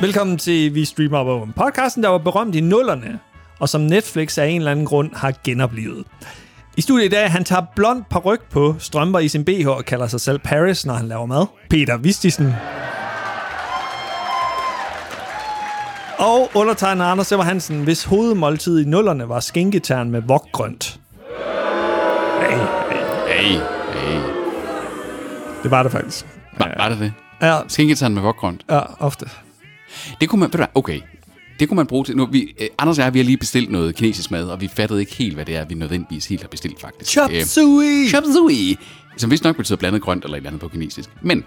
Velkommen til Vi Streamer Op Oven, podcasten, der var berømt i nullerne, og som Netflix af en eller anden grund har genoplevet. I studiet i dag, han tager blond paryk på, strømper i sin BH og kalder sig selv Paris, når han laver mad. Peter Vistisen. Og undertegner Anders Simmer Hansen, hvis hovedmåltid i nullerne var skinketern med vokgrønt. Hey, Hey, hey. det var det faktisk. Var, var det det? Ja, Skinketand med vokgrønt. ja ofte. Det kunne man, ved du hvad, okay. Det kunne man bruge til... Nu, vi, eh, Anders og jeg, vi har lige bestilt noget kinesisk mad, og vi fattede ikke helt, hvad det er, vi nødvendigvis helt har bestilt, faktisk. Chop Øh, suey! Chop suey! Som vist nok betyder blandet grønt eller et eller andet på kinesisk. Men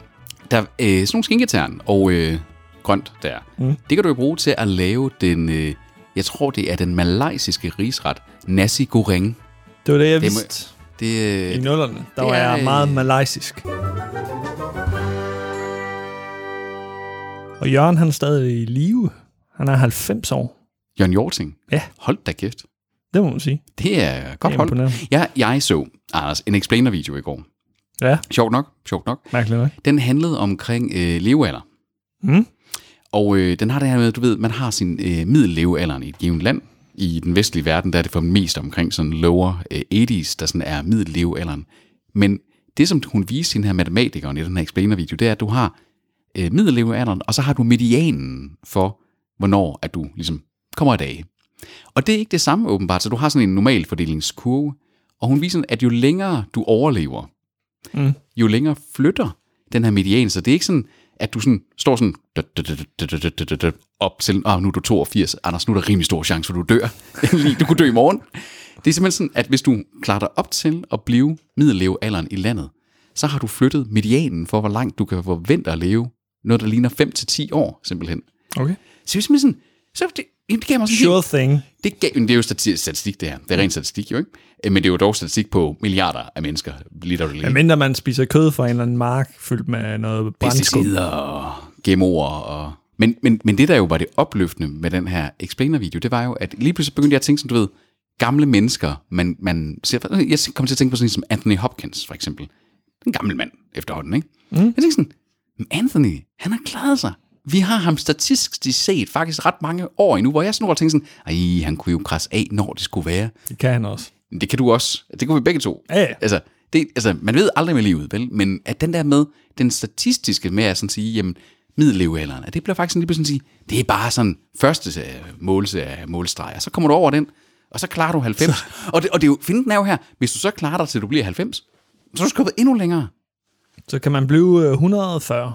der er øh, sådan nogle skinketern og øh, grønt der. Mm. Det kan du jo bruge til at lave den... Øh, jeg tror, det er den malaysiske risret nasi goreng. Det var det, jeg Det må- vidste. Det, øh, I nullerne, der det var er, jeg øh, meget malaysisk. Og Jørgen, han er stadig i live. Han er 90 år. Jørgen Jorting. Ja. Hold da kæft. Det må man sige. Det er godt Det er hold. imponerende. Jeg, jeg så, Anders, en explainer-video i går. Ja, Sjovt nok, sjovt nok. mærkeligt nok. Den handlede omkring øh, levealder. Mm. Og øh, den har det her med, du ved, man har sin øh, middellevealderen i et givet land. I den vestlige verden, der er det for mest omkring sådan lower øh, 80's, der sådan er middellevealderen. Men det, som hun viste sin her matematikeren i den her explainer-video, det er, at du har øh, middellevealderen, og så har du medianen for, hvornår at du ligesom kommer af dage. Og det er ikke det samme åbenbart, så du har sådan en normal fordelingskurve, og hun viser, at jo længere du overlever, Mm. jo længere flytter den her median. Så det er ikke sådan, at du sådan, står sådan dut, dut, dut, dut, dut, dut, dut, dut, op til, oh, nu er du 82, Anders, nu er der rimelig stor chance, for du dør. Lige, du kunne dø i morgen. Det er simpelthen sådan, at hvis du klarer dig op til at blive middellevealderen i landet, så har du flyttet medianen for, hvor langt du kan forvente at leve, noget der ligner 5-10 år, simpelthen. Okay. Så det er simpelthen sådan, så det, det gav mig sådan helt- Sure thing. det, gav, men det er jo stati- statistik, det her. Det er ren statistik, jo ikke? Øh, Men det er jo dog statistik på milliarder af mennesker, literally. Men mindre man spiser kød fra en eller anden mark, fyldt med noget brændskum. pesticider og GMO'er. Og... Men, men, men det, der jo var det opløftende med den her explainer-video, det var jo, at lige pludselig begyndte jeg at tænke, sådan, du ved, gamle mennesker, man, man ser, jeg kom til at tænke på sådan en som Anthony Hopkins, for eksempel. En gammel mand efterhånden, ikke? Mm. Jeg tænkte sådan, "Men Anthony, han har klaret sig. Vi har ham statistisk set faktisk ret mange år endnu, hvor jeg snor og tænker sådan, ej, han kunne jo krasse af, når det skulle være. Det kan han også. Men Det kan du også. Det kunne vi begge to. Ja, ja. Altså, det, altså, man ved aldrig med livet, vel? Men at den der med, den statistiske med at sådan sige, jamen, middellevealderen, at det bliver faktisk sådan lige pludselig sådan at sige, det er bare sådan første øh, målse af målstreg, og så kommer du over den, og så klarer du 90. Og, det, og det er jo, finden er jo her, hvis du så klarer dig til du bliver 90, så er du skubbet endnu længere. Så kan man blive øh, 140.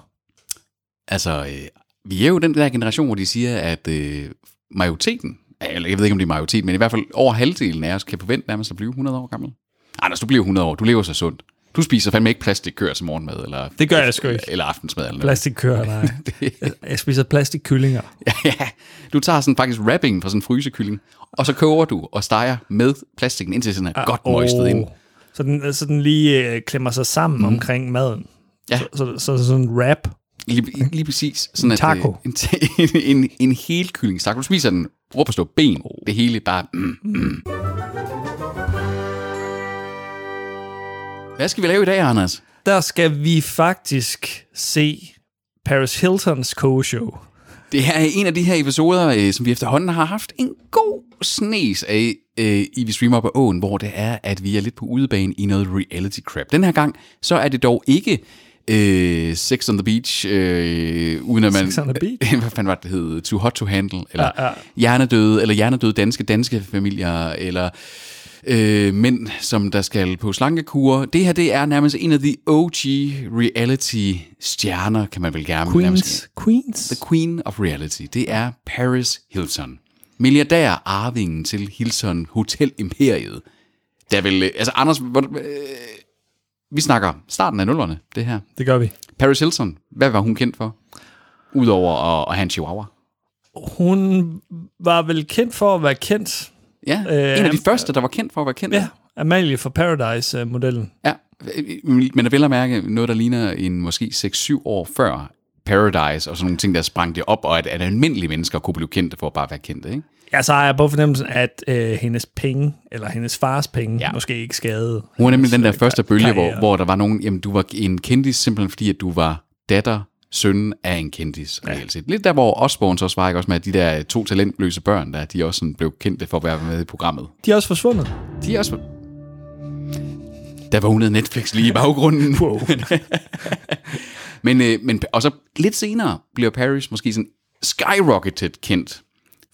Altså, øh, vi er jo den der generation, hvor de siger, at øh, majoriteten, eller jeg ved ikke, om det er majoritet, men i hvert fald over halvdelen af os kan forvente nærmest at blive 100 år gammel. Anders, du bliver 100 år, du lever så sundt. Du spiser fandme ikke plastikkør til morgenmad, eller, Det gør jeg sgu ikke. eller aftensmad. Eller noget. Plastikkøer, nej. Jeg spiser plastikkyllinger. ja, du tager sådan faktisk wrapping fra sådan en frysekylling, og så koger du og steger med plastikken, indtil sådan er ah, godt møjstet ind. Så den, så den lige øh, klemmer sig sammen mm. omkring maden. Ja. Så, så, så, så sådan en wrap. Lige, lige præcis. Sådan en taco. At, øh, en, ta- en, en hel kylling Du spiser den, råber stå ben, det hele bare... Mm, mm. Hvad skal vi lave i dag, Anders? der skal vi faktisk se Paris Hiltons co-show. Det her er en af de her episoder, øh, som vi efterhånden har haft en god snes af øh, i Vi Streamer på Åen, hvor det er, at vi er lidt på udebane i noget reality crap. Den her gang, så er det dog ikke øh, Sex on the Beach, øh, uden at man... Sex on the Beach? Hvad fanden var det, det hed? Too Hot to Handle, eller ja, ja. Hjernedøde, eller Hjernedøde Danske Danske Familier, eller øh, mænd, som der skal på slankekure. Det her, det er nærmest en af de OG reality-stjerner, kan man vel gerne nærmest Queens. Queens. The Queen of Reality, det er Paris Hilton. Milliardær arvingen til Hilton Hotel Imperiet. Der vil, øh, altså Anders, hvor, øh, vi snakker starten af nullerne, det her. Det gør vi. Paris Hilton, hvad var hun kendt for? Udover at, at have en chihuahua. Hun var vel kendt for at være kendt. Ja, Øh, øh, en af de am- første, der var kendt for at være kendt. Ja, Amalie fra Paradise-modellen. ja. Men at vel at mærke noget, der ligner en måske 6-7 år før Paradise og sådan nogle ting, der sprang det op, og at, at almindelige mennesker kunne blive kendte for at bare være kendte, ikke? Ja, så har jeg på fornemmelsen, at øh, hendes penge, eller hendes fars penge, ja. Ja. måske ikke skadede. Hun var nemlig den der første bølge, hvor, karriere. hvor der var nogen, jamen du var en kendis simpelthen fordi, at du var datter søn af en kendis, ja. reelt set. Lidt der, hvor Osborns også var, ikke? også med at de der to talentløse børn, der de også sådan blev kendte for at være med i programmet. De er også forsvundet. De er også... Der vågnede Netflix lige i baggrunden. Wow. men, øh, men, og så lidt senere bliver Paris måske sådan skyrocketed kendt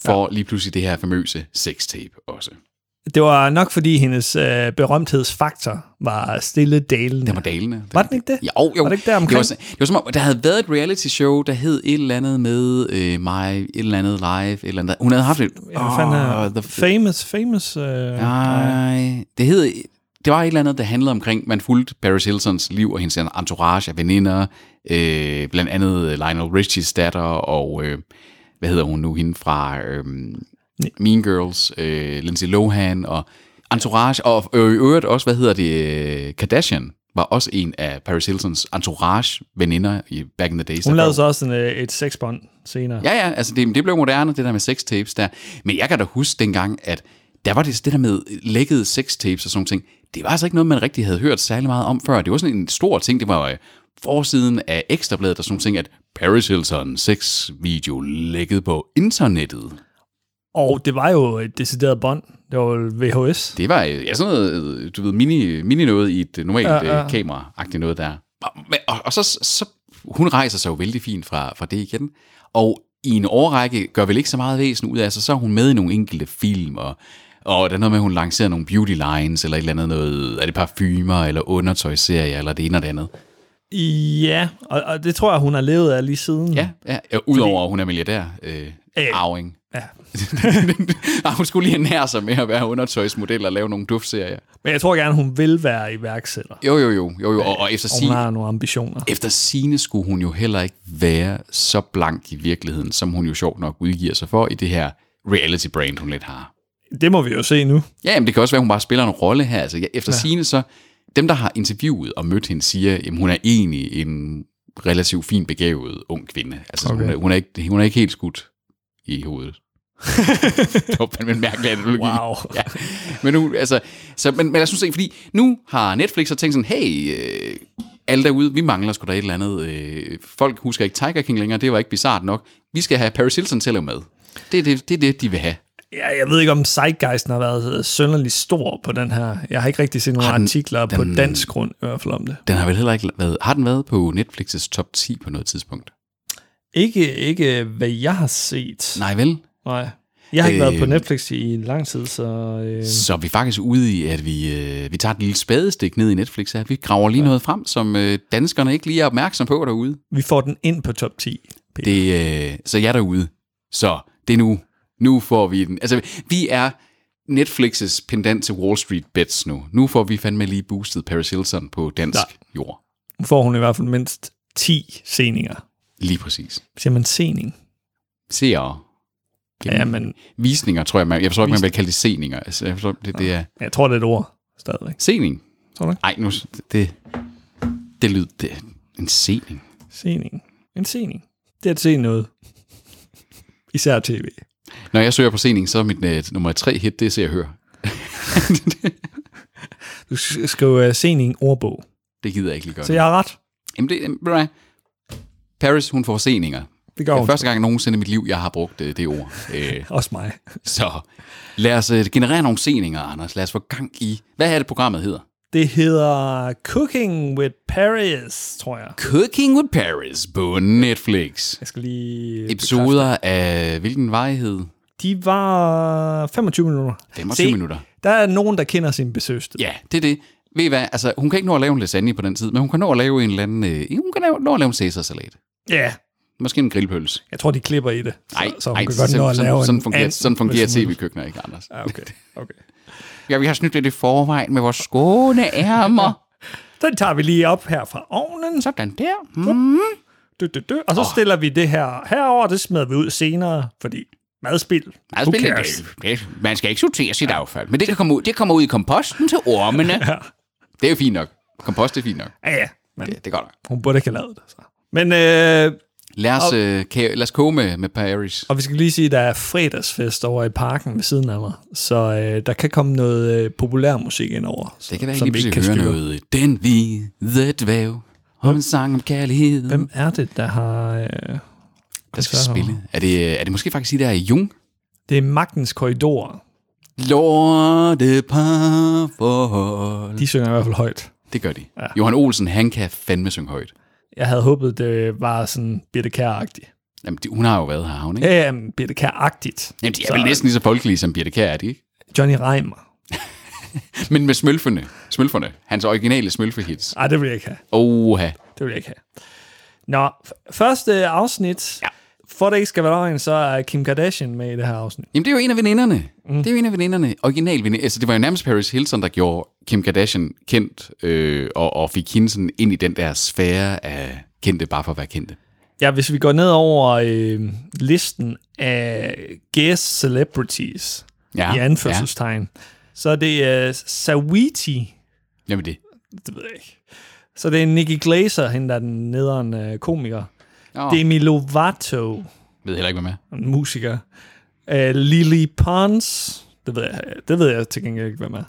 for ja. lige pludselig det her famøse sextape også. Det var nok, fordi hendes øh, berømthedsfaktor var stille dalen. Den var dalende. Var den ikke det? Jo, jo. Var det ikke der omkring? Det var, sådan- det var som om, der havde været et reality show, der hed et eller andet med øh, mig, et eller andet live, et eller andet. Hun havde haft et... Ja, hvad fanden er Åh, the- famous, famous... Øh, ja. Nej, det hed... Det var et eller andet, der handlede omkring, man fulgte Paris Hiltons liv og hendes entourage af veninder, øh, blandt andet Lionel Richies datter og, øh, hvad hedder hun nu, hende fra øh, Mean Girls, øh, Lindsay Lohan og entourage, og øh, i øvrigt også, hvad hedder det, øh, Kardashian var også en af Paris Hiltons entourage-veninder i back in the days. Hun Der lavede blev- så også en, øh, et sexbånd senere. Ja, ja, altså det, det blev moderne, det der med sextapes der. Men jeg kan da huske dengang, at der var det, det der med lækkede sextapes og sådan nogle ting, det var altså ikke noget, man rigtig havde hørt særlig meget om før. Det var sådan en stor ting, det var øh, forsiden af Ekstrabladet og sådan nogle ting, at Paris Hilton sexvideo lækket på internettet. Og det var jo et decideret bånd. Det var jo VHS. Det var øh, ja, sådan noget, øh, du ved, mini, mini noget i et øh, normalt ja, ja. kamera-agtigt noget der. Og, og, og så, så, hun rejser sig jo vældig fint fra, fra det igen, og i en årrække gør vel ikke så meget væsen ud af sig, så er hun med i nogle enkelte film, og, og der er noget med, at hun lancerer nogle beauty lines, eller et eller andet noget, er det parfumer, eller undertøjserier, eller det ene og det andet. Ja, og, og det tror jeg, hun har levet af lige siden. Ja, ja, ja udover at hun er milliardær, øh, Øh, arving. ja. Nej, hun skulle lige nære sig med at være undertøjsmodel og lave nogle duftserier. Men jeg tror gerne, hun vil være iværksætter. Jo, jo, jo, jo, jo. Og, og efter Og hun sin har nogle ambitioner. Efter sine skulle hun jo heller ikke være så blank i virkeligheden, som hun jo sjovt nok udgiver sig for i det her reality-brand, hun lidt har. Det må vi jo se nu. Ja, men det kan også være, at hun bare spiller en rolle her. Altså, ja, efter ja. sine så, dem der har interviewet og mødt hende, siger, at hun er egentlig en relativt fin begavet ung kvinde. Altså, okay. hun, er, hun, er ikke, hun er ikke helt skudt i hovedet. det var fandme en mærkelig analogi. Wow. Ja. Men, nu, altså, så, men, men jeg synes ikke, fordi nu har Netflix så tænkt sådan, hey, øh, alle derude, vi mangler sgu da et eller andet. Øh, folk husker ikke Tiger King længere, det var ikke bizart nok. Vi skal have Paris Hilton til at lave med. Det er det, det, er det de vil have. Ja, jeg ved ikke, om Zeitgeisten har været øh, synderlig stor på den her. Jeg har ikke rigtig set nogle den- artikler på den- dansk grund i hvert fald om det. Den har vel heller ikke været... Har den været på Netflix's top 10 på noget tidspunkt? Ikke, ikke øh, hvad jeg har set. Nej vel? Nej. Jeg har ikke Øh, været på Netflix i lang tid, så... Øh, Så er vi faktisk ude i, at vi, øh, vi tager et lille spadestik ned i Netflix her. Vi graver lige noget frem, som øh, danskerne ikke lige er opmærksom på derude. vi får den ind på top 10. Peter. Det, øh, så jeg er derude. Så det er nu. Nu får vi den. Altså, vi er Netflix's pendant til Wall Street Bets nu. Nu får vi fandme lige boostet Paris Hilton på dansk Nej. jord. Nu får hun i hvert fald mindst 10 seninger. Lige præcis. Siger man sening? Seere. Ja, men Visninger, tror jeg, man, jeg tror ikke, man vil kalde det seninger. Altså, jeg forstår, det, det er... jeg tror, det er et ord stadigvæk. Sening. Tror du ikke? Ej, nu, det, det lyd, det er en sening. Sening. En sening. Det er at se noget. Især tv. Når jeg søger på sening, så er mit uh, nummer tre hit, det er Se og Hør. Du sk- skriver uh, sening ordbog. Det gider jeg ikke lige gøre. Så jeg har ret. Jamen, det, jamen, ved du hvad? Paris, hun får seninger. Det gør Det hun. er første gang nogensinde i mit liv, jeg har brugt uh, det ord. Uh, Også mig. så lad os uh, generere nogle seninger, Anders. Lad os få gang i... Hvad er det, programmet hedder? Det hedder Cooking with Paris, tror jeg. Cooking with Paris på Netflix. Jeg skal lige... Episoder af hvilken varighed? De var 25 minutter. 25 Se, minutter. Der er nogen, der kender sin besøgstid. Ja, det er det. Ved I hvad, altså, hun kan ikke nå at lave en lasagne på den tid, men hun kan nå at lave en eller anden... Øh, hun kan lave, nå at lave en cæsarsalat. Ja. Måske en grillpølse. Jeg tror, de klipper i det. Nej, så, så hun nej, kan godt nå at sådan, lave en sådan, fungerer, and- sådan fungerer hvis hun- tv-køkkener ikke, Anders. Ja, okay. okay. Ja, vi har snydt lidt i forvejen med vores skåne ærmer. Den tager vi lige op her fra ovnen. Sådan der. Mm. Du, du, du. Og så oh. stiller vi det her herover, det smider vi ud senere, fordi madspil. Meget who spændende. cares? Det- det- Man skal ikke sortere sit affald, men det, kan komme ud, det kommer ud i komposten til ormene. Det er jo fint nok. Kompost er fint nok. Ja, ja. Men Det, det er godt nok. hun burde ikke have lavet det. Så. Men, øh, Lad os, øh, ka- lad os koge med, med Paris. og vi skal lige sige, at der er fredagsfest over i parken ved siden af mig, så øh, der kan komme noget øh, populær musik ind over. Så, Det kan være, som at vi vi kan høre noget. Den hvide dværg. om en sang om kærlighed. Hvem er det, der har... Øh, der skal koncerter? spille? Er det, øh, er det måske faktisk i der Jung? Det er Magtens Korridor. Lorte parforhold. De synger i hvert fald højt. Det gør de. Ja. Johan Olsen, han kan fandme synge højt. Jeg havde håbet, det var sådan Birte Kær-agtigt. Jamen, de, hun har jo været her, har hun, ikke? Ja, ja, men Birte Kær-agtigt. Jamen, de er vel næsten lige så folkelige som Birte Kær, er de ikke? Johnny Reimer. Men med smølferne. Smølferne. Hans originale smølfehits. Ej, det vil jeg ikke have. Oha. Det vil jeg ikke have. Nå, f- første afsnit. Ja. For det ikke skal være løgn, så er Kim Kardashian med i det her afsnit. Jamen, det er jo en af veninderne. Mm. Det er jo en af veninderne. Original veninde. Altså, det var jo nærmest Paris Hilton, der gjorde Kim Kardashian kendt, øh, og, og fik hende sådan ind i den der sfære af kendte, bare for at være kendte. Ja, hvis vi går ned over øh, listen af guest celebrities Ja, ja. i anførselstegn, ja. så er det øh, Sawiti, Jamen det. det ved jeg ikke. Så det er Nicky Glaser, hende der er den nederen øh, komiker. Nå, Oh. Demi Lovato, ved heller ikke, hvad med. en musiker. Øh, Lily Pons, det ved, jeg, det ved jeg til gengæld ikke, hvem er.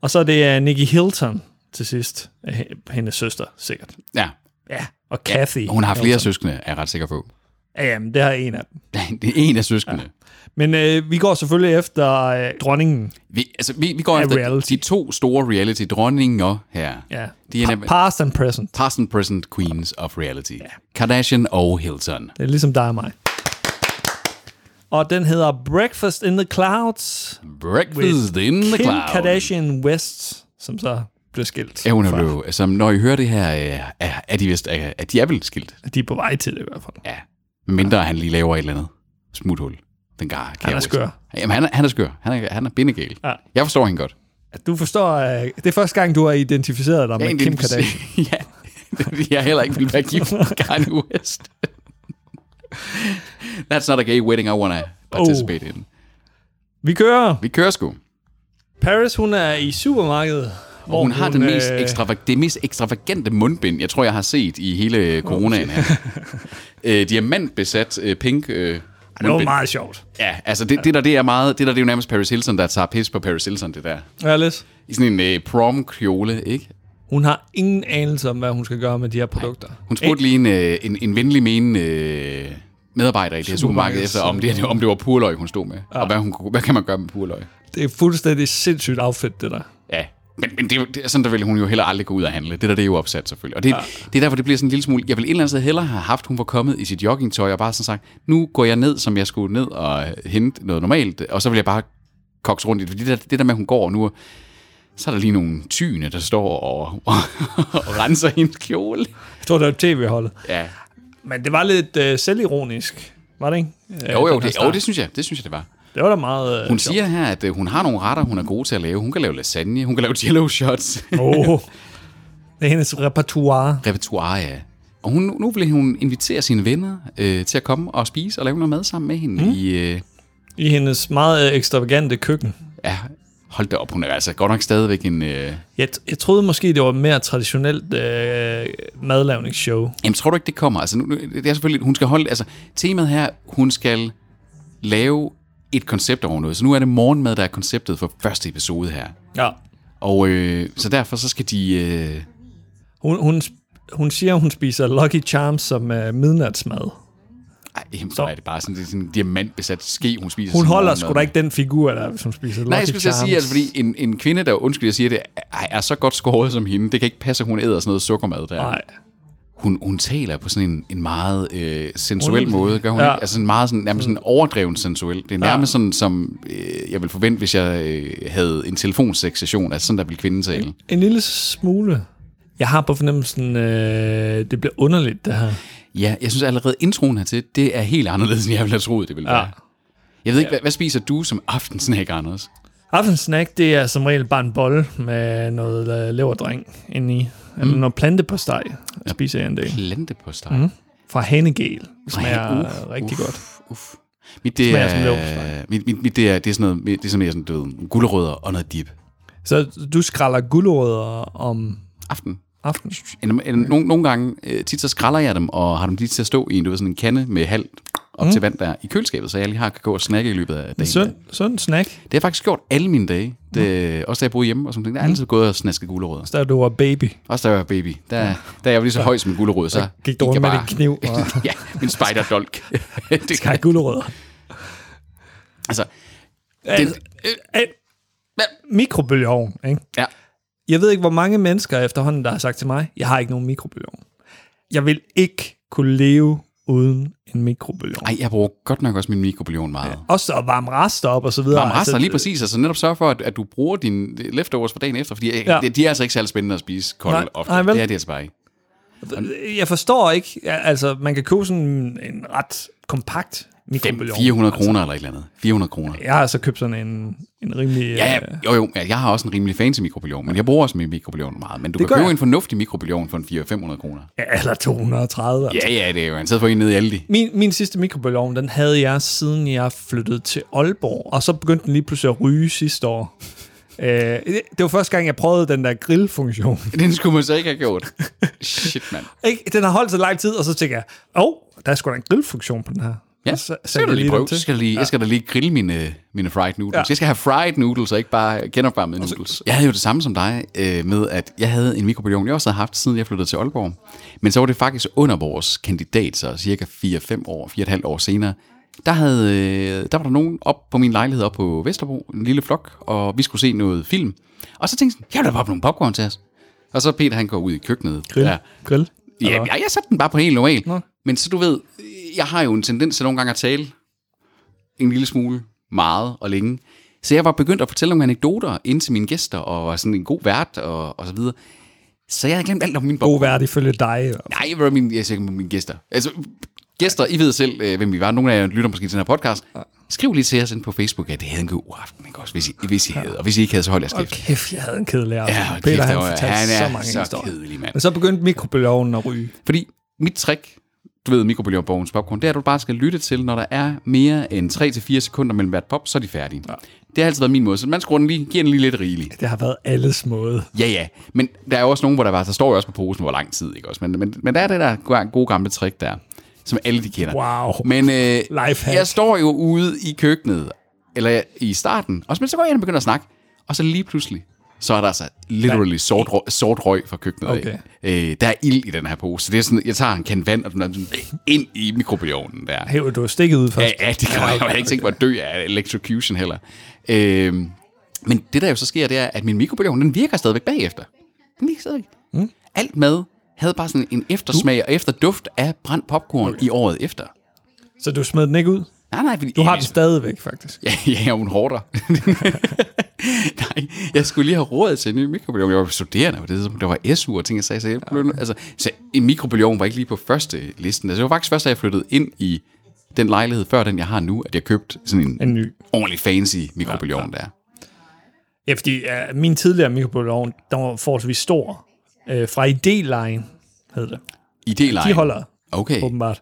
Og så er det øh, Nicky Hilton til sidst, Øh, hendes søster sikkert. Ja, Ja, og Kathy. hun har flere søskende, er jeg ret sikker på. Ja, jamen, det har en af dem. Det er en af søskende. Ja. Men øh, vi går selvfølgelig efter øh, dronningen. Vi, altså, vi, vi går Af efter reality. de to store reality-dronninger her. Ja. De er Pa- nemlig past and present. past and present queens of reality. Ja. Kardashian og Hilton. Det er ligesom dig og mig. Og den hedder Breakfast in the Clouds. Breakfast in the Kim cloud. Kardashian West, som så blev skilt. Ja, hun er jo, altså, når I hører det her, øh, er, er de vist, er, er de er vel skilt. De er på vej til det i hvert fald. Ja. Mindre han lige laver et eller andet smuthul. Den gar, kan Han er jeg skør. huske. Jamen, han er, han er skør. Han er, han er bindegal. Ja. Jeg forstår hende godt. Du forstår, øh, det er første gang, du har identificeret dig med Kim Kardashian. ja, jeg heller ikke vil være gift med Kanye West. That's not a gay wedding I wanna participate oh. in. Vi kører. Vi kører sgu. Paris, hun er i supermarkedet. Hvor Og hun har den mest øh, ekstrava- det mest ekstravagante mundbind, jeg tror, jeg har set i hele coronaen her. øh, diamantbesat øh, pink øh, Det var mundbind. meget sjovt. Ja, altså det, det der det er meget, det der det er jo nærmest Paris Hilton, der tager pis på Paris Hilton, det der. Ja, Liz. I sådan en øh, prom-kjole, ikke? Hun har ingen anelse om, hvad hun skal gøre med de her produkter. Hun spurgte lige en, øh, en, en venlig menende øh, medarbejder i det her supermarked efter, om det, om det var purløg, hun stod med. Ja. Og hvad, hun, kunne- hvad kan man gøre med purløg? Det er fuldstændig sindssygt outfit, det der. Ja, men, men det, er jo- det, er sådan der vil hun jo heller aldrig gå ud og handle. Det der, det er jo opsat selvfølgelig. Og det, ja. det er derfor, det bliver sådan en lille smule... Jeg vil et eller andet sted hellere have haft, hun var kommet i sit joggingtøj og bare sådan sagt, nu går jeg ned, som jeg skulle ned og hente noget normalt, og så vil jeg bare kokse rundt i det. Fordi det der, det der med, at hun går nu, og så er der lige nogle tyne, der står og, og, og renser hendes kjole. Jeg tror, det var tv-holdet. Ja, Men det var lidt øh, selvironisk, var det ikke? Øh, jo, den jo, her det, jo, start. det synes jeg, det synes jeg, det var. det var da meget... Øh, Hun siger her, at øh, hun har nogle retter, hun er god til at lave. Hun kan lave lasagne, hun kan lave jello shots. Oh, det er hendes repertoire. Repertoire, ja. Og hun, nu vil hun invitere sine venner øh, til at komme og spise og lave noget mad sammen med hende. Mm. I, øh, I hendes meget øh, ekstravagante køkken. ja, hold da op, hun er altså godt nok stadigvæk en... Øh, Jeg, t- jeg troede måske, det var et mere traditionelt øh, madlavningsshow. jamen, tror du ikke, det kommer? Altså, nu, nu- det er selvfølgelig, hun skal holde... Altså, temaet her, hun skal lave et koncept over noget. Så nu er det morgenmad, der er konceptet for første episode her. Ja. Og øh, så derfor så skal de... Øh, Hun, hun, sp- hun siger, hun spiser Lucky Charms som øh, midnatsmad. ej, jamen, så er det bare sådan, det er sådan en diamantbesat ske, hun spiser. Hun som holder morgenmad sgu da ikke den figur, der er, hvis hun spiser Lucky Nej, jeg skulle til at Charms. sige, altså, fordi en, en kvinde, der, undskyld, jeg siger det, er, er så godt skåret som hende, det kan ikke passe, at hun æder sådan noget sukkermad der. Nej. Hun, hun taler på sådan en, en meget øh, sensuel Underlig. måde, gør hun Ja. ja. ikke? Altså en meget sådan, nærmest sådan overdreven sensuel. Det er nærmest sådan, som øh, jeg ville forvente, hvis jeg øh, havde en telefonsektion, altså sådan der ville kvinden tale. En lille smule. Jeg har på fornemmelsen, øh, det bliver underligt, det her. Ja, jeg synes allerede, introen hertil, det er helt anderledes, end jeg ville have troet, det ville være. Jeg ved ikke, hvad, hvad spiser du som aftensnack, Anders? Aftensnack, det er som regel bare en bolle med noget øh, leverdreng indeni. Eller Mm. noget plantepastej spiser jeg en del. Plante på Mm. Fra Hannegel. Det smager Uf, uh, rigtig uf, godt. Uf. Mit, det Smager som er, leverpostej. mit, mit, mit, det er, det er sådan noget, mit- det er sådan mere sådan, du ved, gulerødder og noget dip. Så du skræller gulerødder om Aften. aftenen. En, en, nogle, nogle gange, øh, tit så skræller jeg dem, og har dem lige til at stå i en, du ved, sådan en kande med halvt op mm. til vand der i køleskabet, så jeg lige har kan gå og snakke i løbet af dagen. Sund, sund snack. Det har jeg faktisk gjort alle mine dage. Mm. Det, Også da jeg boede hjemme og sådan noget. Jeg har altid gået og snasket gulerødder. Så er du var baby. Også da jeg var baby. Der, ja. da jeg var lige så høj som en gulerod, så Gik du rundt jeg med din kniv og ja, min spejderdolk. det skar gulerødder. altså, Altså, øh, mikrobølgeovn, ikke? ja, Jeg ved ikke, hvor mange mennesker efterhånden, der har sagt til mig, jeg har ikke nogen mikrobølgeovn. Jeg vil ikke kunne leve uden en mikrobølgeovn. ej, jeg bruger godt nok også min mikrobølgeovn meget. Og så varme rester op og så videre. Om rester Altså, lige præcis, altså netop sørg for, at, at du bruger dine leftovers fra dagen efter, fordi Ja. ja. de, de er altså ikke særlig spændende at spise kolde Nej, ofte. nej, vel? det er de altså bare ikke. Jeg forstår ikke, ja, altså man kan købe sådan en ret kompakt mikrobølgeovn. 400 kroner eller et eller andet. 400 kroner. Jeg har altså købt sådan en, en rimelig... Ja, ja, jo, jo, ja, jeg har også en rimelig fancy mikrobølgeovn, men jeg bruger også min mikrobølgeovn meget. Men du gør kan købe jeg. en fornuftig mikrobølgeovn for en 400-500 kroner. øh, Eller 230. altså. Ja, ja, det er jo en tid for en nede i Aldi. Min, min sidste mikrobølgeovn, den havde jeg, siden jeg flyttede til Aalborg. Og så begyndte den lige pludselig at ryge sidste år. Øh, det det var første gang, jeg prøvede den der grillfunktion. Den skulle man så ikke have gjort. Shit, mand. Ikke? Den har holdt så lang tid, og så tænker jeg, åh, oh, der er sgu da en grillfunktion på den her. Ja, Og så, så, satte skal du jeg lige den prøve. til. Så skal jeg, lige, jeg skal da lige grille mine, mine fried noodles. Ja. Ja. Jeg skal have fried noodles, og ikke bare genopvarmede noodles. Jeg havde jo det samme som dig øh, med, at jeg havde en mikrobølgeovn, jeg også havde haft, siden jeg flyttede til Aalborg. Men så var det faktisk under vores kandidat, så cirka 4-5 år, 4,5 år senere, der, havde, øh, der var der nogen op på min lejlighed op på Vesterbro, en lille flok, og vi skulle se noget film. Og så tænkte jeg, sådan, jeg vil da bare nogle popcorn til os. Og så Peter, han går ud i køkkenet. Grill. Ja. Grill. Ja, Eller jeg, hvad? jeg satte den bare på helt normal. Nå. Men så du ved, jeg har jo en tendens til nogle gange at tale en lille smule meget og længe. Så jeg var begyndt at fortælle nogle anekdoter ind til mine gæster, og var sådan en god vært og, og så videre. Så jeg havde glemt alt om min bog. God vært ifølge dig. Nej, hvor er mine, jeg siger, mine gæster. Altså, gæster, I ved selv, øh, hvem vi var. Nogle af jer lytter måske til den her podcast. Skriv lige til os ind på Facebook, at det havde en god aften, ikke også, hvis I, hvis I havde. Og hvis I ikke havde, så hold jer skæft. Kæft, jeg havde en kedelig aften. Ja, og Peter, kæft, han der var- fortalte han er så mange så historier. kedelig, mand. Men så begyndte mikrobølgeovnen at ryge. Fordi mit trick, du ved, mikrobølgeovnens popcorn, det er, at du bare skal lytte til, når der er mere end 3-4 sekunder mellem hvert pop, så er de færdige. Ja. Det har altid været min måde, så man skruer den lige, giver den lige lidt rigeligt. Det har været alles måde. Ja, ja, men der er jo også nogen, hvor der, var, der står jo også på posen, hvor lang tid, ikke også? Men, men, men der er det der gode- gode gamle trick der, som alle de kender. Wow. Men øh, Lifehack. jeg står jo ude i køkkenet, eller i starten, og så- men så går jeg ind og begynder at snakke, og så lige pludselig, så er der altså literally sort, røg, sort røg fra køkkenet Okay. af. Øh, der er ild i den her pose, så det er sådan, jeg tager en kan vand, og den er sådan, ind i mikrobølgeovnen der. Hæver du stikket ud først? Ja, ja det kan jeg, jeg har ikke tænkt mig at dø af electrocution heller. Øhm, men det, der jo så sker, det er, at min mikrobølgeovn, den virker stadigvæk bagefter. Den virker stadigvæk. Mm. Alt mad havde bare sådan en eftersmag og efterduft af brændt popcorn okay. i året efter. Så du smed den ikke ud? Nej, nej, fordi Du har den stadigvæk, faktisk. Ja, ja, jeg er jo en hårder. Nej, jeg skulle lige have råd til en ny mikrobølgeovn. Jeg var studerende på det tidspunkt. Der var SU og ting, jeg sagde. Så, jeg blev, altså, så en mikrobølgeovn var ikke lige på første listen. Altså, det var faktisk først, da jeg flyttede ind i den lejlighed før den, jeg har nu, at jeg købte sådan en, En ny. ordentlig fancy mikrobølgeovn der. Ja, fordi uh, min tidligere mikrobølgeovn, der var forholdsvis stor. Uh, fra ID-line hed det. I det leje. De holder Okay. åbenbart.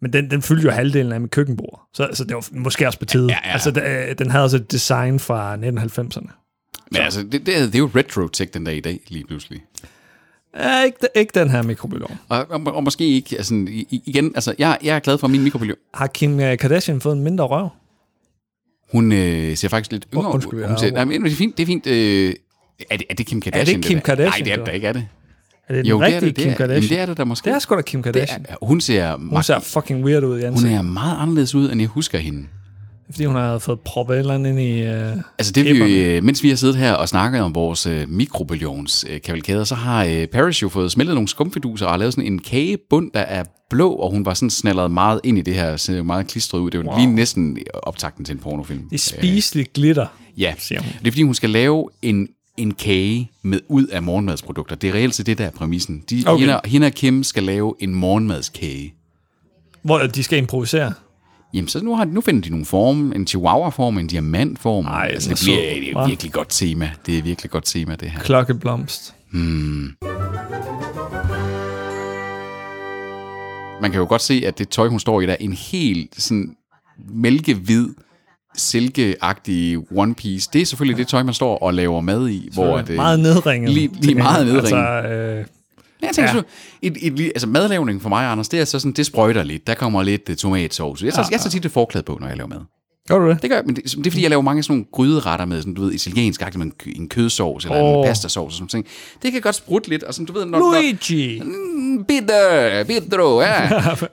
Men den, den fyldte jo halvdelen af mit køkkenbord. Så, så det var måske også på tide. ja. Altså, den, øh, den havde altså et design fra 1990'erne. Men altså, det, det, er- det er jo retro-tech den dag i dag, lige pludselig. Ja, ikke, ikke den her mikrobølgeovn. Og, og, og måske ikke, altså, i- i- igen, altså, jeg, jeg er glad for min mikrobølgeovn. Har Kim øh, Kardashian fået en mindre røv? Hun øh, ser faktisk lidt yngre ud. undskyld, jeg Hun ser, afbryder. nej, men det er fint. Det er, fint øh, er, det, er det Kim Kardashian? Kim der? Kardashian, Nej, det er det det da ikke, er det? Er det den Jo, det er rigtige det. Kim Det er, jamen, Kardashian? det er det der måske. Det er sgu da Kim Kardashian. det er, hun, ser Hun hun, ser fucking weird ud i hun ansigtet, er meget anderledes ud, end jeg husker hende. fordi hun har fået proppet et eller andet ind i... Øh... Altså det vi, øh, mens vi har siddet her og snakket om vores øh, mikrobølgeovns øh, kavalkader, så har øh, Paris jo fået smeltet nogle skumfiduser og lavet sådan en kagebund, der er blå, og hun var sådan snalleret meget ind i det her, så meget klistret ud. Det var wow. lige næsten optakten til en pornofilm. Det er spiseligt glitter. Ja, siger hun. det er fordi, hun skal lave en, en kage med ud af morgenmadsprodukter. Det er reelt set det, der er præmissen. De, Okay. okay. hende, og- hende og Kim skal lave en morgenmadskage. Hvor de skal improvisere. Jamen, så nu, har, nu finder de nogle forme. En chihuahua-form, en diamantform. Ej, altså, den det, er bliver, sød, det er hva'? et virkelig godt tema. Det er et virkelig godt tema, det her. Klokkeblomst. Man kan jo godt se, at det tøj, hun står i, der er en helt sådan mælkehvid, silkeagtig one piece. Det er selvfølgelig det tøj, man står og laver mad i, hvor øh, det Meget nedringet. Lige- lige meget nedringet. Altså, øh, Ja, tænker ja. så, et, et, li- altså madlavning for mig, Anders, det er så sådan, det sprøjter lidt. Der kommer lidt uh, tomatsovs. Jeg tager, ja, ja. jeg tager tit et forklæde på, når jeg laver mad. Gør du det? Det gør jeg, men det, det er fordi, jeg laver mange sådan nogle gryderetter med, sådan, du ved, italiensk, agtig, med en kø- en kødsovs eller oh. Åh. en pastasovs og sådan ting. Det kan godt sprutte lidt, og sådan, du ved, når, når, Luigi! Mm, bitter, bitter, ja.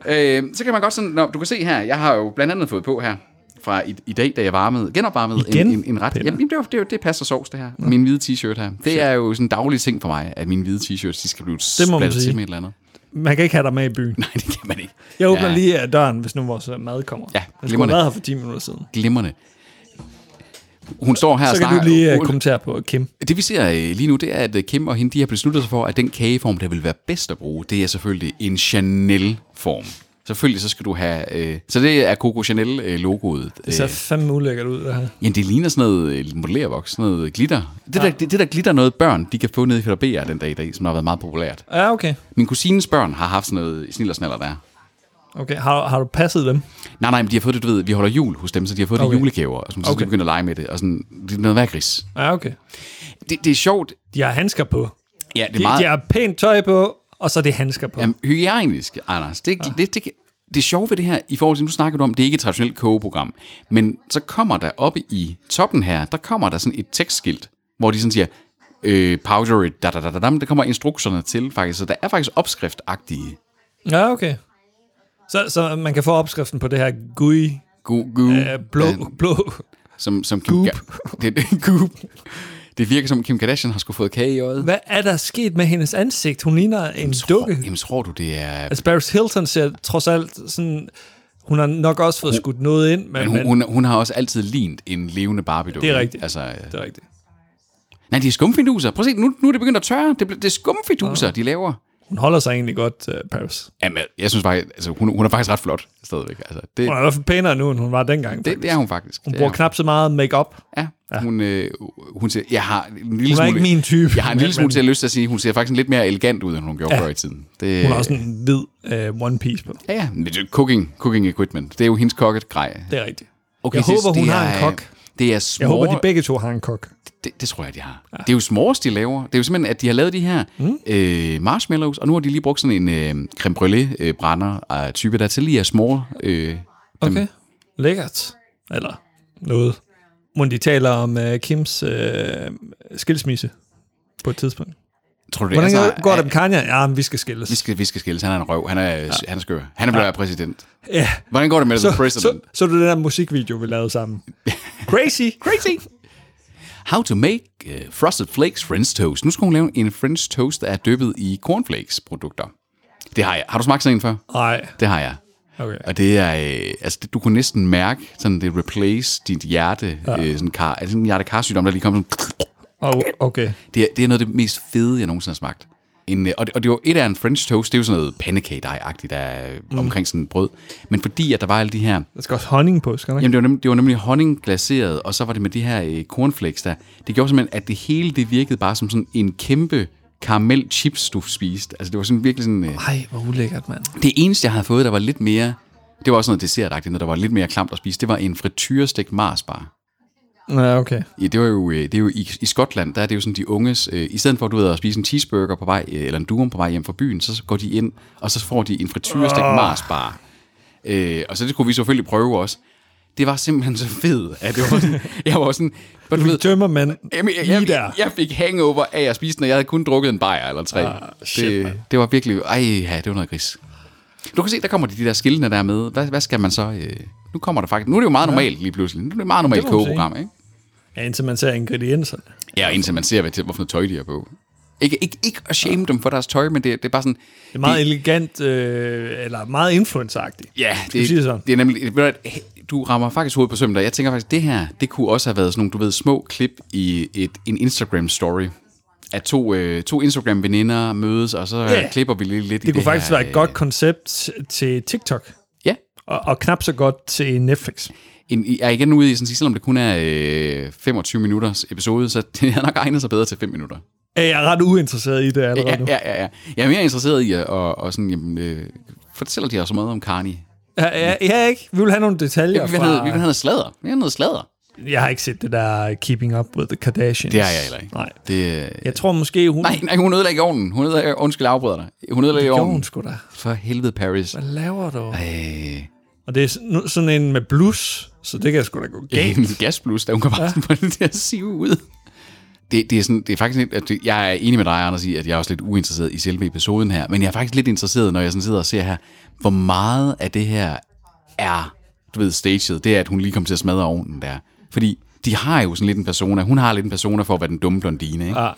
øh, så kan man godt sådan, nå, du kan se her, jeg har jo blandt andet fået på her, fra i, i dag, da jeg varmede, genopvarmede Igen? En, en, en ret. Jamen, det, er jo- det, er jo- det passer sovs, det her. Min hvide t-shirt her. Det er jo sådan en daglig ting for mig, at mine hvide t-shirts, de skal blive Det må man splattet til sige. med et eller andet. Man kan ikke have dig med i byen. Nej, det kan man ikke. Jeg åbner ja, ja. lige øh, døren, hvis nu vores øh, mad kommer. Ja, Den skulle glimrende. have været her for 10 minutter siden. Glimrende. Hun står her og Så kan snakker. du lige uh, hun- kommentere på Kim. Det vi ser øh, lige nu, det er, at øh, Kim og hende de har besluttet sig for, at den kageform, der vil være bedst at bruge, det er selvfølgelig en Chanel-form. Selvfølgelig så skal du have... Øh, så det er Coco Chanel-logoet. Øh, Det ser fandme ulækkert ud, det her. Jamen, det ligner sådan noget øh, modellervoks, sådan noget glitter. Det, der, det, det der glitter noget børn, de kan få nede i Fedder den dag i dag, som har været meget populært. Ja, okay. Min kusines børn har haft sådan noget snil og snaller der. okay. Har, har du passet dem? Nej, nej, men de har fået det, du ved, vi holder jul hos dem, så de har fået okay. Okay. det i julegaver, og sådan, så okay. Okay. de begynder at lege med det, og sådan, det er noget værd gris. Ja, okay. Det, det er sjovt. De har handsker på. Ja, det er De, meget... de har pænt tøj på, og så er det handsker på. Jamen, hygiejnisk, Anders. Det, ja. det, det, det, det sjove ved det her, i forhold til, nu snakker du om, det er ikke et traditionelt kogeprogram, men så kommer der oppe i toppen her, der kommer der sådan et tekstskilt, hvor de sådan siger, øh, powder it, da, da, da, da, da, der kommer instrukserne til faktisk, så der er faktisk opskriftagtige. Ja, okay. Så, så man kan få opskriften på det her gui, Gu, gu, øh, blå, blå. som, som Kim, Ga- det, det, goop. det virker som, Kim Kardashian har skulle fået kage i øjet. Hvad er der sket med hendes ansigt? Hun ligner en dukke. Jamen, tror du, det er... Altså, Paris Hilton ser trods alt sådan... Hun har nok også fået skudt noget ind, men, Men hun, hun, hun har også altid lignet en levende Barbie-dukke. Det er rigtigt. Altså, øh, det er rigtigt. Nej, de er skumfiduser. Prøv at se, nu, nu er det begyndt at tørre. Det, bl- det er skumfiduser, de laver. Hun holder sig egentlig godt, uh, Paris. Jamen, jeg synes faktisk, altså, hun, hun er faktisk ret flot stadigvæk. Altså, det, Hun er i hvert fald pænere nu, end hun var dengang. det, det er hun faktisk. hun Det er bruger knap så meget makeup. Ja, hun, øh, hun siger, jeg har en lille Hun smule... er ikke min type. Jeg har en lille men- smule til at lyst til at sige, hun ser faktisk lidt mere elegant ud, end hun gjorde ja. før i tiden. Det, Hun har også en hvid uh, one piece på. Ja, ja, men det er cooking, cooking equipment. Det er jo hendes kokket grej. Det er rigtigt. Okay, Jeg det- håber, det hun har er- en kok. Det er Jeg små, håber, de begge to har en kok. det, det tror jeg, de har. Ja. Det er jo s'mores, de laver. Det er jo simpelthen, at de har lavet de her mm. øh, marshmallows, og nu har de lige brugt sådan en øh, creme brûlée-brænder-type, der til lige er små. Øh, Okay. Lækkert. Eller noget. Men de taler om uh, Kims uh, skilsmisse på et tidspunkt. tror du, det Hvordan Altså, er går det med Kanye? Ja, men vi skal skilles. Vi skal, vi skal skilles. Han er en røv. Han er, ja. han er skør. Han er blevet ja. præsident. Ja. Hvordan går det med så, the Så, så, president? så du den der musikvideo, vi lavede sammen. Crazy. Crazy. How to make uh, frosted flakes french toast. Nu skal hun lave en french toast, der er dyppet i cornflakes-produkter. Det har jeg. Har du smagt sådan en før? Nej. Det har jeg. Okay. Og det er, øh, altså det, du kunne næsten mærke, sådan det replace dit hjerte, ja. øh, sådan, kar, altså, sådan en hjertekarsygdom, der lige kom sådan, Oh, okay. det er, det er noget af det mest fede, jeg nogensinde har smagt. En, øh, og, det, og det var et af en french toast, det er jo sådan noget pandekagedej-agtigt, der er mm. omkring sådan en brød. Men fordi at der var alle de her, Der skal også honning på, skal der ikke? jamen det var, nem, det var nemlig honningglaseret, og så var det med de her øh, cornflakes der, det gjorde simpelthen, at det hele det virkede bare som sådan en kæmpe karamel chips, du spiste. Altså det var sådan virkelig sådan... Øh, Ej, hvor ulækkert, mand. det eneste, jeg havde fået, der var lidt mere... Det var også noget dessertagtigt, noget, der var lidt mere klamt at spise. Det var en frityrestegt marsbar. Ja, okay. Ja, det var jo, øh, det er jo i, i Skotland, der er det jo sådan de unges... Øh, I stedet for, at du ved at spise en cheeseburger på vej, øh, eller en durum på vej hjem fra byen, så går de ind, og så får de en frityrestegt oh. marsbar. Øh, og så det kunne vi selvfølgelig prøve også. Det var simpelthen så fedt, at det var sådan, jeg var sådan... Du ved, Tømmermand. Jamen, jeg, Lige der. jeg, jeg fik hangover af at spise den, og jeg havde kun drukket en bajer eller tre. Ah, shit, det, det var virkelig... Ej, ja, det var noget gris. Du kan se, der kommer de, de der skillene der med. Hvad, hvad skal man så... Øh, nu kommer der faktisk... Nu er det jo meget normalt lige pludselig. Nu er det et meget normalt Det må man sige. kogeprogram, ikke? Ja, indtil man ser ingredienserne. Ja, og indtil man ser, hvad, til- hvorfor noget tøj de har på. Ikke, ikke, ikke at shame dem for deres tøj, men det, det er bare sådan... Det er meget elegant, øh, eller meget influenceragtigt. Ja, Skal vi det, sige det sådan? det er nemlig... Ved du hvad, Du rammer faktisk hovedet på sømmen der. Jeg tænker faktisk, det her, det kunne også have været sådan nogle, du ved, små klip i et, en Instagram-story. At to, øh, to Instagram-veninder mødes, og så yeah. Ja. klipper vi lige lidt i Det kunne det faktisk her, være et godt koncept til TikTok, Ja, og, og knap så godt til Netflix. en, jeg er igen ude i sådan, sige, selvom det kun er øh, 25 minutters episode, så det har nok egnet sig bedre til 5 minutter. Øh, Jeg er ret uinteresseret i det allerede Ja, nu. ja, ja, ja. Jeg er mere interesseret i at og, og sådan, jamen, øh, fortæller de os meget om Carney. Ja, ja, ja, ikke? Vi vil have nogle detaljer Vi vil fra... have, vi vil have noget sladder. Vi vil have noget sladder. Jeg har ikke set det der Keeping Up with the Kardashians. Det har jeg heller ikke. Nej. Det, øh, Jeg tror måske, hun... nej, nej, hun ødelægger ovnen. Hun ødelægger, undskyld, jeg afbryder dig. Hun ødelægger gjorde ovnen. hun sgu da. For helvede, Paris. Hvad laver du? Øh, Og det er sådan- nu- sådan en med blus, så det kan sgu da gå galt. en gasblus, da hun kom bare sådan på den der sive ud. Det, det, er sådan, det er faktisk lidt, at det- jeg er enig med dig, Anders, i, at jeg er også lidt uinteresseret i selve episoden her, men jeg er faktisk lidt interesseret, når jeg sådan sidder og ser her, hvor meget af det her er, du ved, staged, det er, at hun lige kom til at smadre ovnen der. Fordi de har jo sådan lidt en persona, hun har lidt en persona for at være den dumme blondine, ikke? Ja.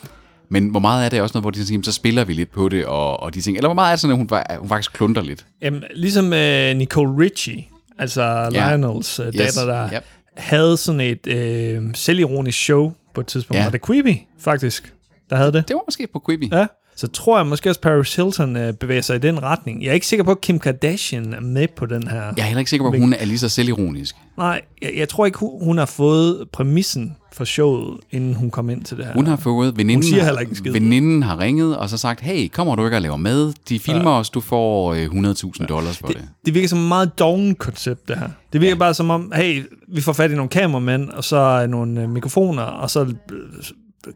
Men hvor meget af det er også noget, hvor de sådan siger, "Jamen, så spiller vi lidt på det, og, og de ting. Eller hvor meget er det sådan, at hun, fa- hun faktisk klunter lidt? Jamen, ligesom øh, Nicole Richie, altså Lionels øh, datter, der Yep. havde sådan et øh, selvironisk show på et tidspunkt. Ja. Var det Creepy, faktisk, der havde det? Det var måske på Quibi. Ja. Så tror jeg måske også, Paris Hilton øh, bevæger sig i den retning. Jeg er ikke sikker på, at Kim Kardashian er med på den her. Jeg er heller ikke sikker på, at hun er lige så selvironisk. Nej, jeg, jeg tror ikke, hun, hun har fået præmissen for showet, inden hun kom ind til det her. Hun har fået, veninden, siger heller ikke en skid. veninden har ringet og så sagt, hey, kommer du ikke og laver med? De filmer ja. os, du får øh, 100.000 dollars for det. det. det virker som et meget doven koncept, det her. Det virker ja. bare som om, hey, vi får fat i nogle kameramænd, og så nogle øh, mikrofoner, og så øh,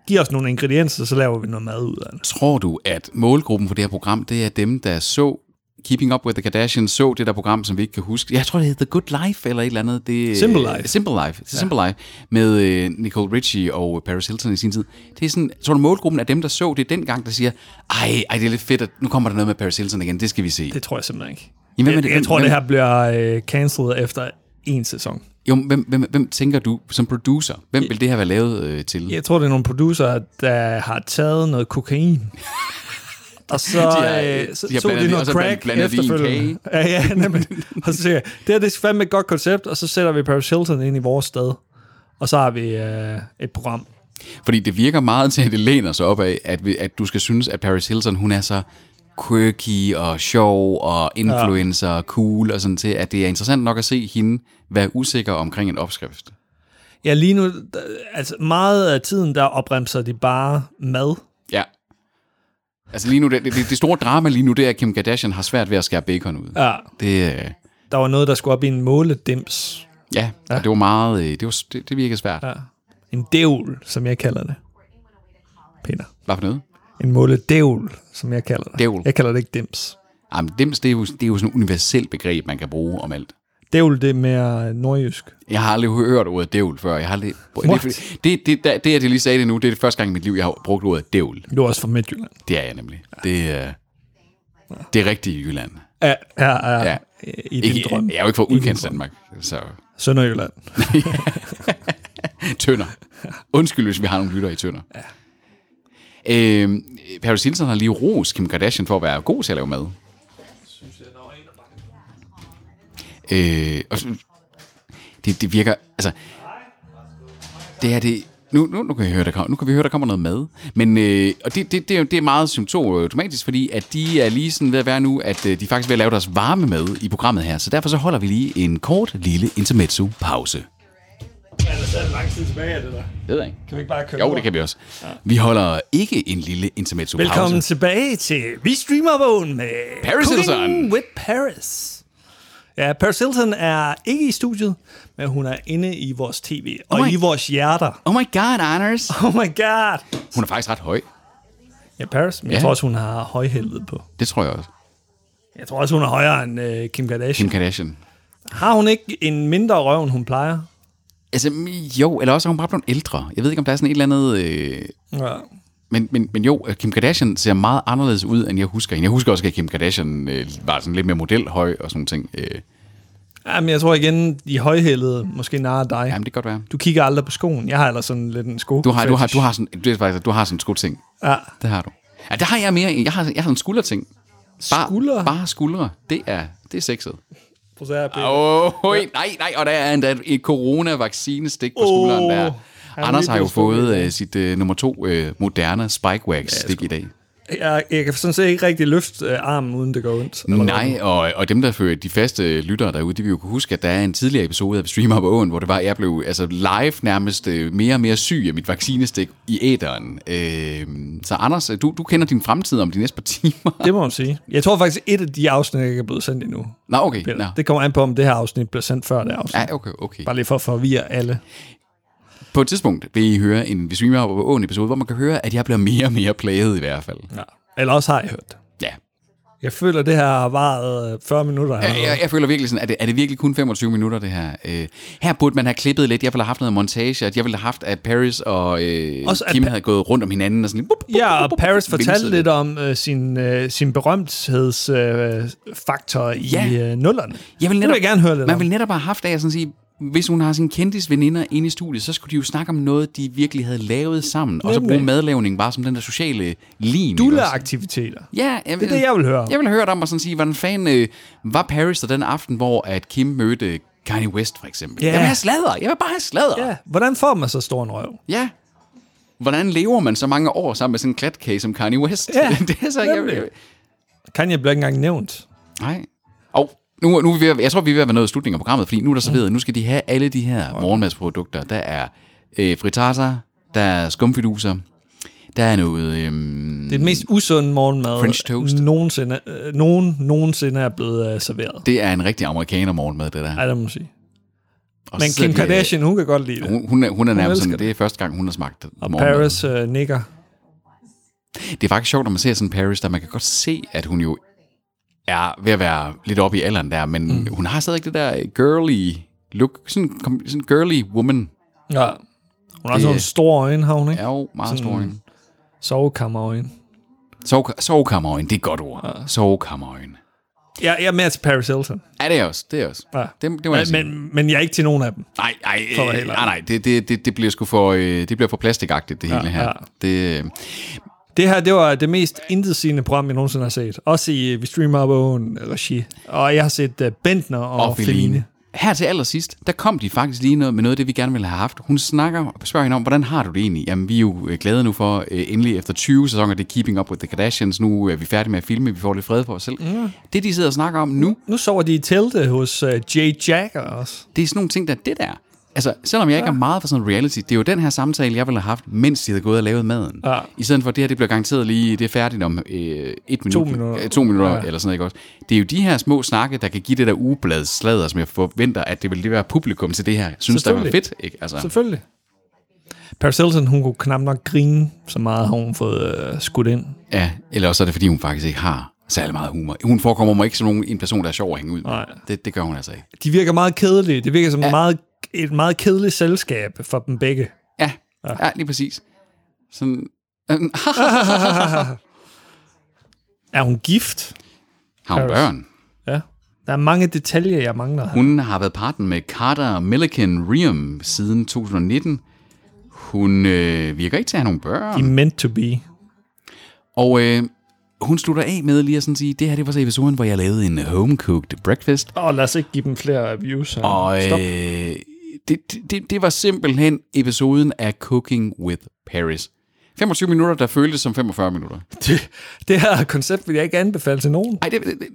giver os nogle ingredienser, så laver vi noget mad ud af det. Tror du, at målgruppen for det her program, det er dem, der så Keeping Up with the Kardashians, så det der program, som vi ikke kan huske. Jeg tror, det hedder The Good Life eller et eller andet. Det, øh, Simple Life. Simple Life. Det er Simple Life med øh, Nicole Richie og Paris Hilton i sin tid. Det er sådan, tror du, målgruppen af dem, der så det dengang, der siger, ej, ej det er lidt fedt, at nu kommer der noget med Paris Hilton igen, det skal vi se. Det tror jeg simpelthen ikke. Jamen, hvem er jeg, det- jeg hvem- tror, hvem- det her bliver øh, cancelled efter en sæson. Jo, men hvem, hvem, hvem tænker du som producer? Hvem vil det her være lavet øh, til? Jeg tror, det er nogle producer, der har taget noget kokain. Og så, De har, øh, øh, så de har tog de blandet det- og noget så crack blandet det i en efterfølgende. Ja, ja, nemlig. Og så siger jeg, det her det er fandme et godt koncept, og så sætter vi Paris Hilton ind i vores sted. Og så har vi øh, et program. Fordi det virker meget til, at det læner sig op af, at, vi- at du skal synes, at Paris Hilton, hun er så quirky og sjov og influencer og cool og sådan til, at det er interessant nok at se hende være usikker omkring en opskrift. Ja, lige nu, der- altså meget af tiden, der opremser de bare mad. Ja. Altså lige nu, det, det, det store drama lige nu, det er, at Kim Kardashian har svært ved at skære bacon ud. Ja. Det, øh, Der var noget, der skulle op i en måledims. ja, ja. det var meget, øh, det, var, s- det, det virker svært. Ja. En dævl, som jeg kalder det. Peter. Hvad for noget? En måledævl, som jeg kalder det. Dævl. Jeg kalder det ikke dims. Jamen, dims, det er, jo, det er jo sådan et universelt begreb, man kan bruge om alt. Dævl, det er mere nordjysk. Jeg har aldrig hørt ordet dævl før. Jeg har aldrig... What? Det, det, det, det, det, at jeg lige sagde det nu, det er det første gang i mit liv, jeg har brugt ordet dævl. Du er også fra Midtjylland. Det er jeg nemlig. Det er, det er rigtigt i Jylland. Ja, ja, ja. Ja. ja. I din Ikke, drøm. jeg er jo ikke fra udkants Danmark, så Sønderjylland. tønder. Undskyld, hvis vi har nogle lytter i tønder. Ja. Øhm, Paris Hilton har lige ros Kim Kardashian for at være god til at lave mad. Øh, og så- det, det virker, altså, det her, det, nu, nu, nu, kan jeg høre, der kommer, nu kan vi høre, der kommer noget mad. Men, øh, og det, det, det, er jo- det er meget symptomatisk, fordi at de er lige sådan ved at være nu, at øh, de er faktisk ved at lave deres varme mad i programmet her. Så derfor så holder vi lige en kort lille intermezzo-pause. Ja, der sad lang tid tilbage af det der. Det ved jeg ikke. Kan vi ikke bare køre Jo, det kan vi også. Vi holder ikke en lille intermezzo-pause. Velkommen tilbage til Vi Streamer Vågen med Paris Cooking Hilton. with Paris. Ja, Paris Hilton er ikke i studiet, men hun er inde i vores tv og Oh oh my- i vores hjerter. Oh my god, Anders. Oh my god! Hun er faktisk ret høj. Ja, Paris, men ja. Ja. jeg tror også, hun har højhelvede på. Det tror jeg også. Jeg tror også, hun er højere end øh, Kim Kardashian. Kim Kardashian. Har hun ikke en mindre røv, end hun plejer? Altså, jo, eller også er hun bare blevet ældre. Jeg ved ikke, om der er sådan et eller andet... Øh... Ja. Men, men, men jo, øh, Kim Kardashian ser meget anderledes ud, end jeg husker hende. Jeg husker også, at Kim Kardashian øh, var sådan lidt mere modelhøj og sådan nogle ting. Øh, Jamen, jeg tror igen, i højhældede måske narrer dig. jamen, det kan godt være. Du kigger aldrig på skoen. Jeg har ellers sådan lidt en sko. Du har, du har, du har sådan, det er faktisk, du har sådan en skoting. Ja. Det har du. Ja, der har jeg mere. en. Jeg har, jeg har en skulderting. Bare, Skuldre? Bare skuldre. Det er, det er sexet. Prøv at se her, Peter. Åh, oh, nej, nej, og der er endda et coronavaccinestik på Åh, skulderen der. han er Anders lige har jo blevet stukket fået i. øh, sit øh, nummer to øh, moderne spikewax-stik i dag. Jeg, jeg kan sådan set ikke rigtig løfte øh, armen, uden det går ondt. Eller Nej, og, og dem, der fører de faste øh, lyttere derude, de vil jo kunne huske, at der er en tidligere episode af Streamer på Åen, hvor det var, at jeg blev altså, live nærmest øh, mere og mere syg af mit vaccinestik i æderen. Øh, så Anders, du, du kender din fremtid om de næste par timer. hvad? Det må man sige. Jeg tror faktisk, et af de afsnit ikke er blevet sendt endnu. Nå, okay. Peter. Nå. Det kommer an på, om det her afsnit bliver sendt før det afsnit. Ja, okay, okay. Bare lige for at forvirre alle. På et tidspunkt vil I høre en Hvis vi var på åen episode, hvor man kan høre, at jeg bliver mere og mere plaget i hvert fald. Ja. Eller også har jeg hørt det. Ja. Jeg føler, det her har varet øh, 40 minutter. Jeg, allerede. jeg, jeg føler virkelig sådan, at det, er det virkelig kun 25 minutter, det her? Øh, her burde man have klippet lidt. Jeg ville have haft noget montage, at jeg ville have haft, at Paris og øh, Også at Kim Pa- havde gået rundt om hinanden. Og sådan, bup, bup, Ja, og bup, bup, Paris bup, fortalte vimsede lidt om øh, sin, øh, sin berømthedsfaktor øh, faktor i Ja. øh, nullerne. Jeg vil Det netop, vil jeg gerne høre lidt man om. vil netop have haft af at sådan sige, hvis hun har sine kendisveninder inde i studiet, så skulle de jo snakke om noget, de virkelig havde lavet sammen, og så Nemlig. bruge madlavning bare som den der sociale lim. ikke også? Dulle-aktiviteter. Ja, jeg, Det er det, jeg vil høre om. Jeg vil høre dig om og sådan sige, hvordan fanden øh, var Paris der den aften, hvor at Kim mødte Kanye West for eksempel. Ja. Jeg vil have sladder. Jeg vil bare have sladder. Ja, hvordan får man så stor en røv? Ja. Hvordan lever man så mange år sammen med sådan en klatkage som Kanye West? Ja, det er så jeg, nemlig. jeg, Kan jeg blive ikke engang nævnt? Nej. Og nu, nu er vi ved, at- jeg tror, vi er ved at være nået i slutningen af programmet, fordi nu er Mm. der serveret, nu skal de have alle de her morgenmadsprodukter. Der er øh, frittata, der er skumfiduser, der er noget... Øh, Det er den mest usunde morgenmad, French toast. Nogensinde, øh, nogen nogensinde er blevet øh, serveret. det er en rigtig amerikaner morgenmad, det der. Ej, det må man sige. Og Men så Kim sidder de- Kardashian, hun kan godt lide det. Hun, hun, er, hun er nærmest elsker sådan, det er første gang, hun har smagt Og morgenmad. Paris øh, nikker. Det er faktisk sjovt, når man ser sådan Paris, der man kan godt se, at hun jo er ved at være lidt oppe i alderen der, men mm. hun har stadig det der girly look, sådan, kom- sådan girly woman. Ja. Hun har sådan Det- nogle store øjne, har hun, ikke? Er jo meget stor. en. Sovekammerøjne. Sove, sovekammerøjen, det er et godt ord. Ja. Sovekammerøjen. Jeg, jeg er mere til Paris Hilton. Ja, det er også, det er også. Ja. Det, det må jeg Men, sige. men, men jeg er ikke til nogen af dem. Nej, nej, For øh, heller. nej, nej, det, det, det, det bliver sgu for, øh, det bliver for plastikagtigt, det ja, hele her. ja. Ja. Det, Det her, det var det mest intetsigende program, jeg nogensinde har set. Også i øh, Vi Streamer på Åen regi. Og jeg har set uh, Bentner og, og og Feline. Feline. Her til allersidst, der kom de faktisk lige noget med noget af det, vi gerne ville have haft. Hun snakker og spørger hende om, hvordan har du det egentlig? Jamen, vi er jo øh, glade nu for, øh, endelig efter 20 sæsoner, det er Keeping Up With The Kardashians. Nu er vi færdige med at filme, vi får lidt fred for os selv. Mm. Det, de sidder og snakker om nu, Nu sover de i telte hos uh, Jay Jagger også. det er sådan nogle ting, der det der. Altså, selvom jeg ikke er meget for sådan reality, det er jo den her samtale, jeg ville have haft, mens de havde gået og lavet maden. Ja. I stedet for, det her, det bliver garanteret lige, det er færdigt om øh, et minut. minutter. Øh, to minutter ja. eller sådan noget, ikke også? Det er jo de her små snakke, der kan give det der ugeblad sladder, som jeg forventer, at det vil lige være publikum til det her. Synes, det var Selvfølgelig. fedt, ikke? Altså, Selvfølgelig. Paris Hilton, hun kunne knap nok grine, så meget har hun fået uh, skudt ind. ja, eller også er det, fordi hun faktisk ikke har særlig meget humor. Hun forekommer mig ikke som nogen, en person, der er sjov at hænge ud med. Nej. Det, det gør hun altså ikke. De virker meget kedelige. Det virker som ja. meget, et meget kedeligt selskab for dem begge. Ja, ja. ja lige præcis. Sådan, øhm, Er hun gift? har hun Paris. børn? Ja. Der er mange detaljer, jeg mangler her. Hun har været partner med Carter Milliken Riem siden 2019. Hun øh, virker ikke til at have nogen børn. De er meant to be. Og øh, hun slutter af med lige at sådan sige, det her det var så episoden, hvor jeg lavede en home-cooked breakfast. Og lad os ikke give dem flere views. Her. Og øh, Stop. det, det- det, det var simpelthen episoden af Cooking with Paris. 25 minutter, der føltes som 45 minutter. Det, det her koncept vil jeg ikke anbefale til nogen. Ej, det, det, det.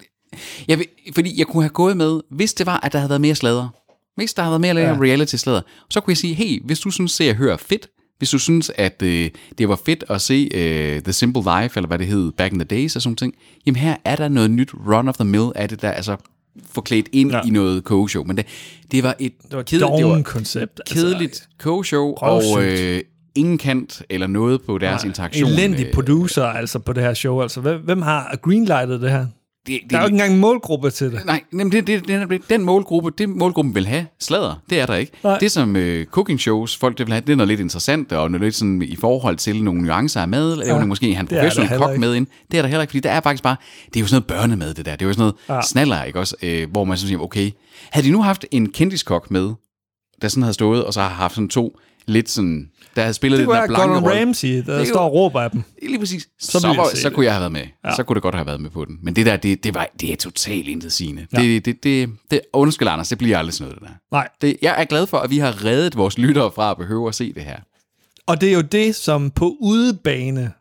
Jeg vil, fordi jeg kunne have gået med, hvis det var, at der havde været mere sladder. Hvis der havde været mere ja. reality-sladder, så kunne jeg sige, hey, hvis du synes, at jeg hører fedt, hvis du synes, at øh, det var fedt at se øh, The Simple Life, eller hvad det hed, Back in the Days og sådan ting, jamen her er der noget nyt run-of-the-mill af det der, altså forklædt ind ja. i noget show. Men det, det var et Det var et kedeligt, det var dogen et koncept. altså. kedeligt show Røvsygt. og øh, ingen kant eller noget på deres Nej, Altså, interaktion. øh, elendig på producer altså på det her show. Altså, hvem, hvem har greenlightet det her? det, det, Der er jo ikke engang en målgruppe til det. Nej, nemlig det, det, det, det, den målgruppe, det målgruppen vil have, slader, det er der ikke. Nej. Nej. Det som øh, cooking shows, folk det vil have, det er noget lidt interessant, og noget lidt sådan i forhold til nogle nuancer af mad, eller ja. måske han der professionel heller kok ikke. med ind. Det er der heller ikke, fordi der er faktisk bare, det er jo sådan noget børnemad, det der. Det er jo sådan noget ja. snaller, ikke også? Øh, hvor man sådan siger, okay, havde de nu haft en kendiskok med, der sådan havde stået, og så har haft sådan to lidt sådan, der havde spillet Det lidt kunne være den der blanke Gordon rolle. Ramsay, der jo- står og råber af dem. Lige præcis. Så Så, ville så, jeg var, se så det. kunne jeg have været med. Ja. Så kunne det godt have været med på den. Men det der, det, det, var, det er totalt intetsigende. Ja. Det, det, det, det, undskyld, Anders, det bliver aldrig sådan noget, det der. Nej. Det, jeg er glad for, at vi har reddet vores lyttere fra at behøve at se det her. Og det er jo det, som på udebane,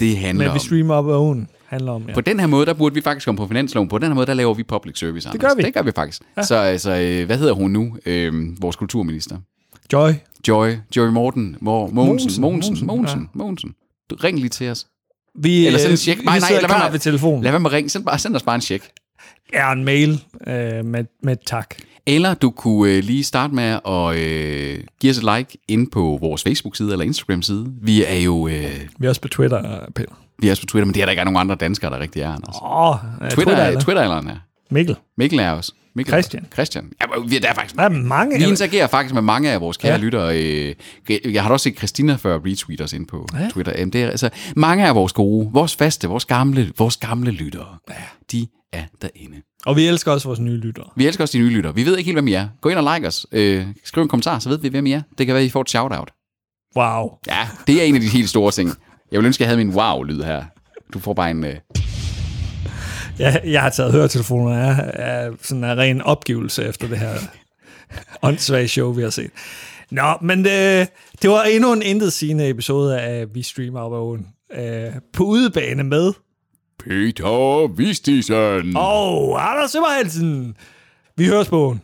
Det men handler vi om. streamer op ad ugen, handler om. Ja. På den her måde, der burde vi faktisk komme på finansloven. På den her måde, der laver vi public service, Anders. gør vi. Det gør vi faktisk. Ja. Så altså, øh, hvad hedder hun nu? Øhm, vores kulturminister. Joy. Joy, Joy Morten, Mor, Mogensen, Mogensen, Mogensen, Mogensen, Mogensen, Mogensen. Du, Ring lige til os. Vi, Eller send en øh, check. vi Nej, nej, sidder lad være klar med- ved telefonen. Lad være med at ringe. Send, bare, send os bare en check. er en mail øh, med, med et tak. Eller du kunne øh, lige starte med at øh, give os et like ind på vores Facebook-side eller Instagram-side. Vi er jo øh, Vi er også på Twitter, Peter. vi er også på Twitter, men det er der ikke er nogen andre danskere, der rigtig er, Anders. Åh, oh, Twitter, Twitter, Twitter, Twitter. Twitter eller er. Mikkel. Mikkel er også. Mikkel Christian. Christian. Ja, men vi er der er faktisk. Der er mange. Vi interagerer faktisk med mange af vores kære Ja. ja. lyttere. Øh, Jeg har da også set Christina før retweet os ind på ja. Twitter. Jamen, det er, altså, mange af vores gode, vores faste, vores gamle, vores gamle lyttere, ja. de er derinde. Og vi elsker også vores nye lyttere. Vi elsker også de nye lyttere. Vi ved ikke helt, hvem I er. Gå ind og like os. Øh, skriv en kommentar, så ved vi, hvem I er. Det kan være, I får et shout-out. Wow. Ja, det er en af de helt store ting. Jeg ville ønske, jeg havde min wow-lyd her. Du får bare en... Øh... Jeg, jeg har taget høretelefoner af, af sådan en ren opgivelse efter det her åndssvage show, vi har set. Nå, men øh, det var endnu en intetsigende episode af Vi Streamer Op ad Åen. Øh, på udebane med Peter Vistisen. og Anders Søberhalsen. Vi høres på åen.